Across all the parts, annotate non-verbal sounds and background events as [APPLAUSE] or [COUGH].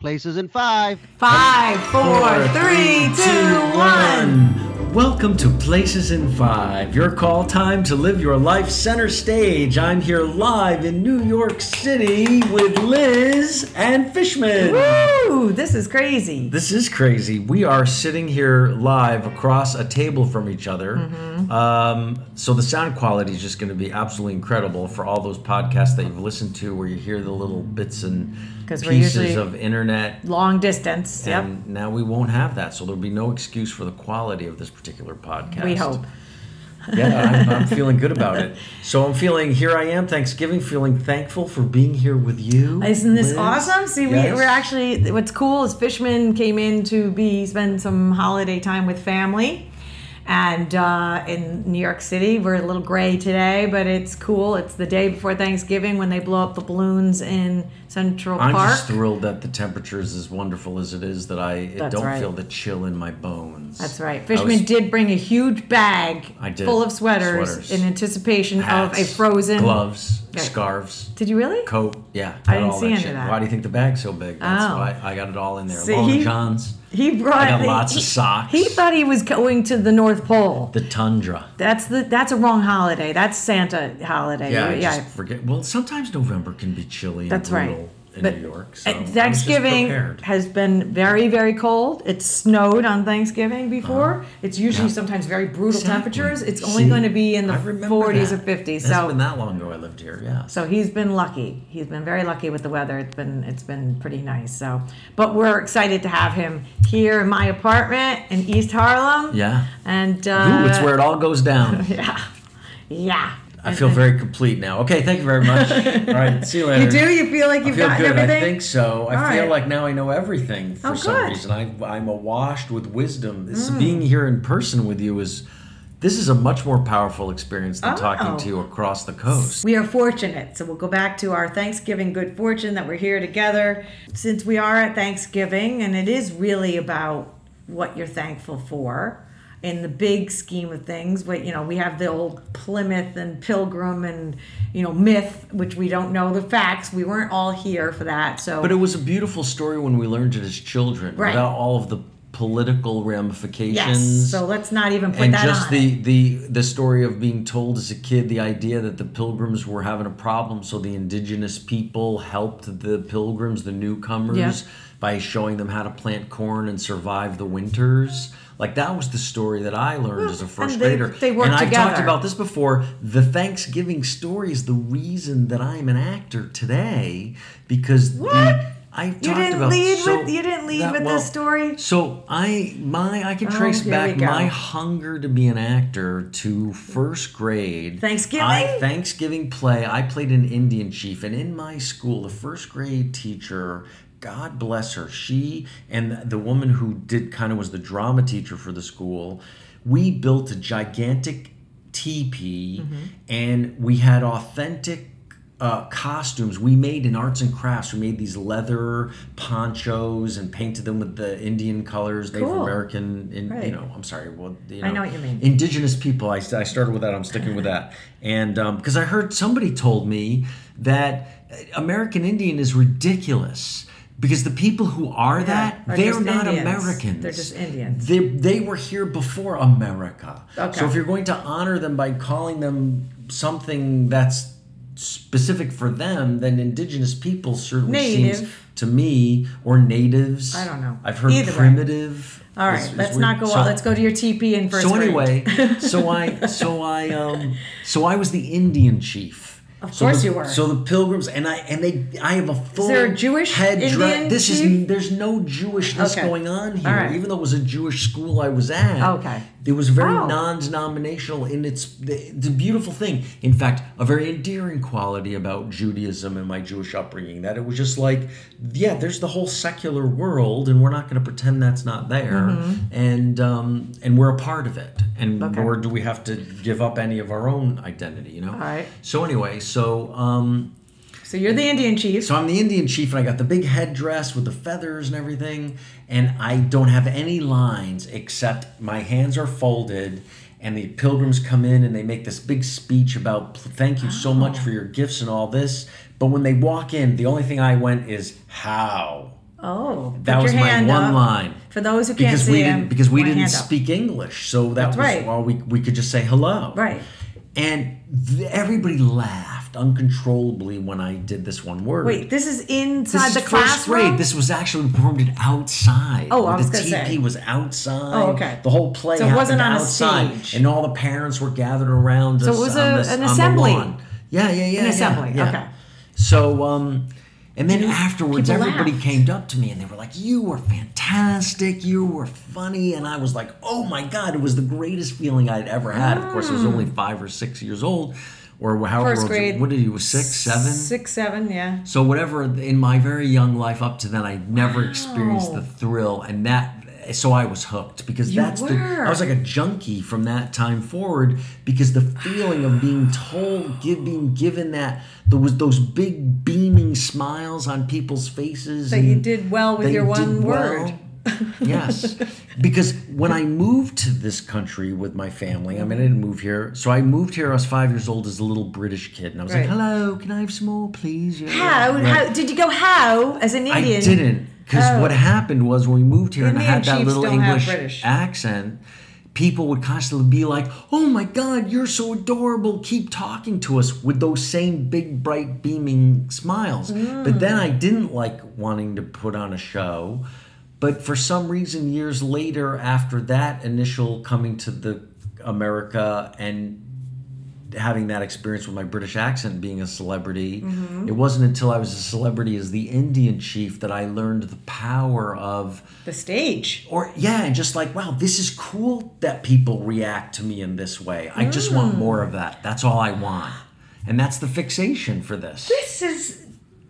Places in five. Five, four, three, two, one. Welcome to Places in Five, your call time to live your life center stage. I'm here live in New York City with Liz and Fishman. Woo! This is crazy. This is crazy. We are sitting here live across a table from each other. Mm-hmm. Um, so the sound quality is just going to be absolutely incredible for all those podcasts that you've listened to where you hear the little bits and 'Cause pieces we're usually- of internet. Long distance. Yep. And now we won't have that. So there'll be no excuse for the quality of this particular podcast. We hope. [LAUGHS] yeah, I'm, I'm feeling good about it. So I'm feeling here. I am Thanksgiving, feeling thankful for being here with you. Isn't this Liz. awesome? See, we, Yes. we're actually, what's cool is Fishman came in to be, spend some holiday time with family. And uh, in New York City, we're a little gray today, but it's cool. It's the day before Thanksgiving when they blow up the balloons in Central I'm Park. just thrilled that the temperature is as wonderful as it is that I it That's don't right. feel the chill in my bones. That's right. I was- Fishman did bring a huge bag I did. full of sweaters, Sweaters. in anticipation hats, of a frozen. gloves, Yeah. scarves, Did you really? coat. Yeah, I got didn't see all that any of shit. that. Why do you think the bag's so big? That's Oh. why I got it all in there. See, Long he- johns, He brought. I got the- lots he, of socks. He thought he was going to the North Pole. the tundra. That's the that's a wrong holiday. That's Santa holiday. Yeah, I yeah. Uh, just forget. Well, sometimes November can be chilly. That's and right. brutal In But New York, so I And was just Thanksgiving prepared. has been very very cold. It snowed on Thanksgiving before. It's usually sometimes very brutal temperatures. It's only Uh-huh. See, going to be in the I remember 40s that. or 50s. It hasn't so been that long ago I lived here. Yeah. So he's been lucky. He's been very lucky with the weather. It's been it's been pretty nice. So, but we're excited to have him here in my apartment in East Harlem. Yeah. And uh, Ooh, it's where it all goes down. [LAUGHS] Yeah, yeah. uh, I feel very complete now. Okay, thank you [LAUGHS] very much. All right, see you later. You do. You feel like I you've feel gotten good. everything. I think so. I All feel right. like now I know everything for Oh, some good. Mm. reason. I, I'm awashed with wisdom. This being here in person with you is. This is a much more powerful experience than Oh. talking to you across the coast. We are fortunate. So we'll go back to our Thanksgiving good fortune that we're here together. Since we are at Thanksgiving, and it is really about what you're thankful for in the big scheme of things. But, you know, we have the old Plymouth and Pilgrim and, you know, myth, which we don't know the facts. We weren't all here for that. So, But it was a beautiful story when we learned it as children, Right. without all of the political ramifications. yes. So let's not even put and that just on. the, the the story of being told as a kid the idea that the pilgrims were having a problem so the indigenous people helped the pilgrims the newcomers Yeah. by showing them how to plant corn and survive the winters like that was the story that i learned as a first and they- grader they work and i talked together. about this before the thanksgiving story is the reason that i'm an actor today because What? the I talked didn't about lead so with- you didn't lead that- with this well, story? So I my I can trace Oh, here back we go. my hunger to be an actor to first grade Thanksgiving? I, Thanksgiving play. I played an Indian chief, and in my school, the first grade teacher. God bless her. She and the woman who did kind of was the drama teacher for the school. We built a gigantic teepee, Mm-hmm. and we had authentic uh, costumes we made in arts and crafts. We made these leather ponchos and painted them with the Indian colors, Native Cool. American, in, Right. you know, I'm sorry, well, you know, I know what you mean. Indigenous people. I, st- I started with that. I'm sticking with that. And because I heard somebody told me that uh, American Indian is ridiculous. Because the people who are that, are they're just not Indians. Americans. They're just Indians. They, they were here before America. Okay. So if you're going to honor them by calling them something that's specific for them, then indigenous people certainly Native. seems to me or natives. I don't know. I've heard Either way. primitive. all right, is- is let's weird. not go So- out. Let's go to your TP in first so grade. anyway, [LAUGHS] so I, so I, um, so I was the Indian chief. course Of so the, you were. So the pilgrims and I and they, I have a full. there a Jewish head Indian This chief? is there's no Jewishness Okay. going on here. All right. Even though it was a Jewish school I was at. Okay. It was very Oh. non-denominational in its the, the beautiful thing. In fact, a very endearing quality about Judaism and my Jewish upbringing that it was just like, yeah, there's the whole secular world, and we're not going to pretend that's not there, and um, and we're a part of it, and Mm-hmm. Okay. nor do we have to give up any of our own identity, you know. All right. So anyway, so um, so you're the Indian chief. so I'm the Indian chief, and I got the big headdress with the feathers and everything, and I don't have any lines except my hands are folded. And the pilgrims come in and they make this big speech about "Pl- thank you so much for your gifts and all this. But when they walk in, the only thing I went is how. Oh, That put was your my hand one up. line. For those who can't because see we him, didn't because we my didn't hand up. speak English, so that That's was right. all we we could just say hello. Right. And th- everybody laughed uncontrollably when I did this one word. Wait, this is this inside is the first classroom. grade. This was actually we performed it outside. Oh, I was the gonna TP say. was outside. Oh, okay. The whole play So it happened wasn't on a outside, stage. and all the parents were gathered around so us. it was on a- this- an on the assembly. lawn. Yeah, yeah, yeah. yeah, assembly, yeah. okay. So, um, and then afterwards, people everybody laughed. came up to me and they were like, "You were fantastic. You were funny." And I was like, "Oh my god!" It was the greatest feeling I'd ever had. Of course, I was only five or six years old, or however Ah. First old you- grade. What did you? Six, seven? Six, seven, yeah. So whatever in my very young life up to then I never experienced the thrill and that so I was hooked because You that's the were. I was like a junkie from that time forward because the feeling of being told give, being given that there was those big beaming smiles on people's faces That you did well with that your you one did word. well. [LAUGHS] yes. Because when I moved to this country with my family, I mean, I didn't move here. So I moved here, I was five years old as a little British kid. And I was Right. like, hello, can I have some more, please? Yeah. How? Right. How did you go? How as an I Indian? didn't. Because Oh. what happened was when we moved here and I Indian had that chiefs little don't have English British. accent, people would constantly be like, oh my God, you're so adorable. Keep talking to us with those same big, bright, beaming smiles. But then I didn't like wanting to put on a show. But for some reason, years later, after that initial coming to the America and having that experience with my British accent being a celebrity, Mm-hmm. it wasn't until I was a celebrity as the Indian chief that I learned the power of The stage. or yeah, and just like wow, this is cool that people react to me in this way. I just Mm. want more of that. That's all I want. And that's the fixation for this. This is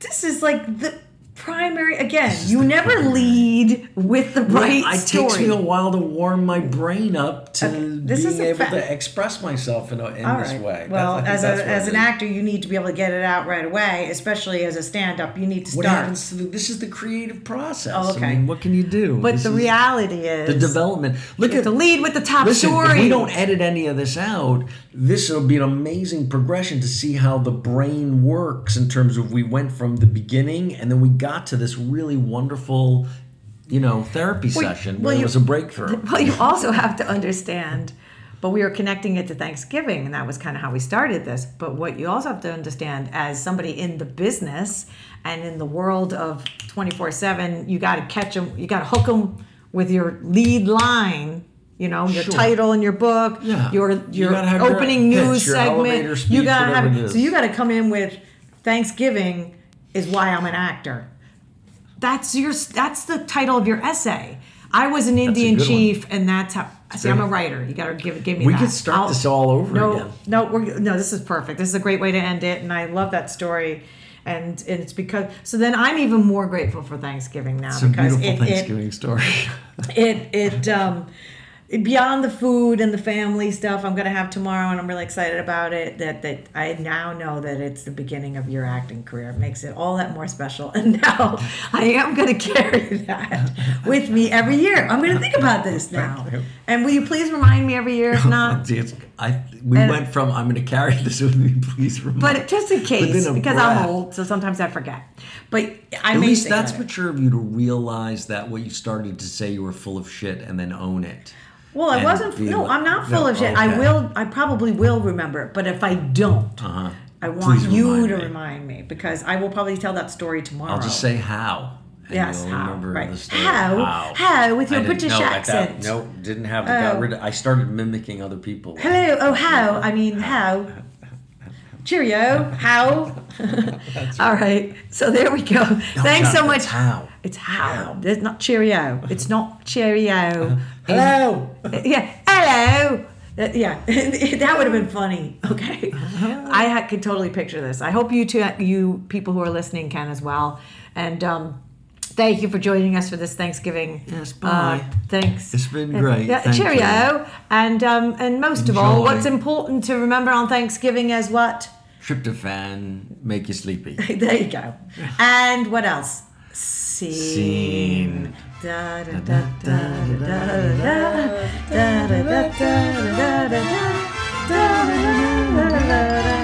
this is like the primary. Again, is you the never primary. lead with the right it story. takes me a while to warm my brain up to this being is a able fact. to express myself in, a, in All this right. way. Well, as, That's- I think that's a, what as it an is. actor, you need to be able to get it out right away, especially as a stand up. You need to what start. happens to the, this is the creative process. Oh, okay. I mean, what can you do? But This the is reality is the development. Look at to lead with the top Listen, story. if we don't edit any of this out, this will be an amazing progression to see how the brain works in terms of we went from the beginning and then we got to this really wonderful, you know, therapy session well, where you- it was a breakthrough. [LAUGHS] Well, you also have to understand, but we are connecting it to Thanksgiving, and that was kind of how we started this. But what you also have to understand as somebody in the business and in the world of 24 7, you got to catch them, you got to hook them with your lead line. You know your Sure. title in your book, Yeah. your You your gotta have your opening pitch, news your segment. elevator speech, you gotta whatever it have is. so you gotta come in with Thanksgiving is why I'm an actor. That's your. That's the title of your essay. I was an Indian good one. chief, and that's how. see, I'm good. a writer. You gotta give give me. We that. could start I'll- this all over no, again. No, we're, no. This is perfect. This is a great way to end it, and I love that story. And and it's because so then I'm even more grateful for Thanksgiving now It's a because beautiful it, it Thanksgiving story. it it um it- beyond the food and the family stuff i'm gonna have tomorrow and i'm really excited about it that that i now know that it's the beginning of your acting career it makes it all that more special [LAUGHS] and now i am gonna [LAUGHS] carry that with me every year i'm gonna think about this now you. and will you please remind me every [LAUGHS] year if [LAUGHS] not It's- I, we And- went from I'm going to carry [LAUGHS] this with me, please. Remind. but just in case Within a because i'm breath. old so sometimes i forget but i At may least think that's about it. mature of you to realize that what you started to say you were full of shit and then own it. Well, I and wasn't. be No, like- I'm not full No, of shit. I okay. will. I probably will remember it. But if I don't, Uh-huh. I want Please you remind to me. remind me because I will probably tell that story tomorrow. I'll just say how. And Yes, you'll how, remember right. the story. How, how, with your I didn't British know about accent. Oh. That. No, didn't have. got rid of, I started mimicking other people. "Hello, oh how." I mean, how? Cheerio, how? [LAUGHS] All right. So there we [LAUGHS] go. Thanks God, so much. it's how. It's how. It's not cheerio. [LAUGHS] It's not cheerio. Hello. [LAUGHS] yeah, hello. Uh, yeah, [LAUGHS] that would have been funny. [LAUGHS] Okay, Uh-huh. I ha- could totally picture this. I hope you two, you people who are listening, can as well. And um, thank you for joining us for this Thanksgiving. Yes, bye. thanks. It's been great. Yeah, Thank cheerio. And um, and most of all, Enjoy. what's important to remember on Thanksgiving is what? Tryptophan make you sleepy. there you go. And what else? Scene. Scene. Da da da da da da da da da da da da da da da da da da da da da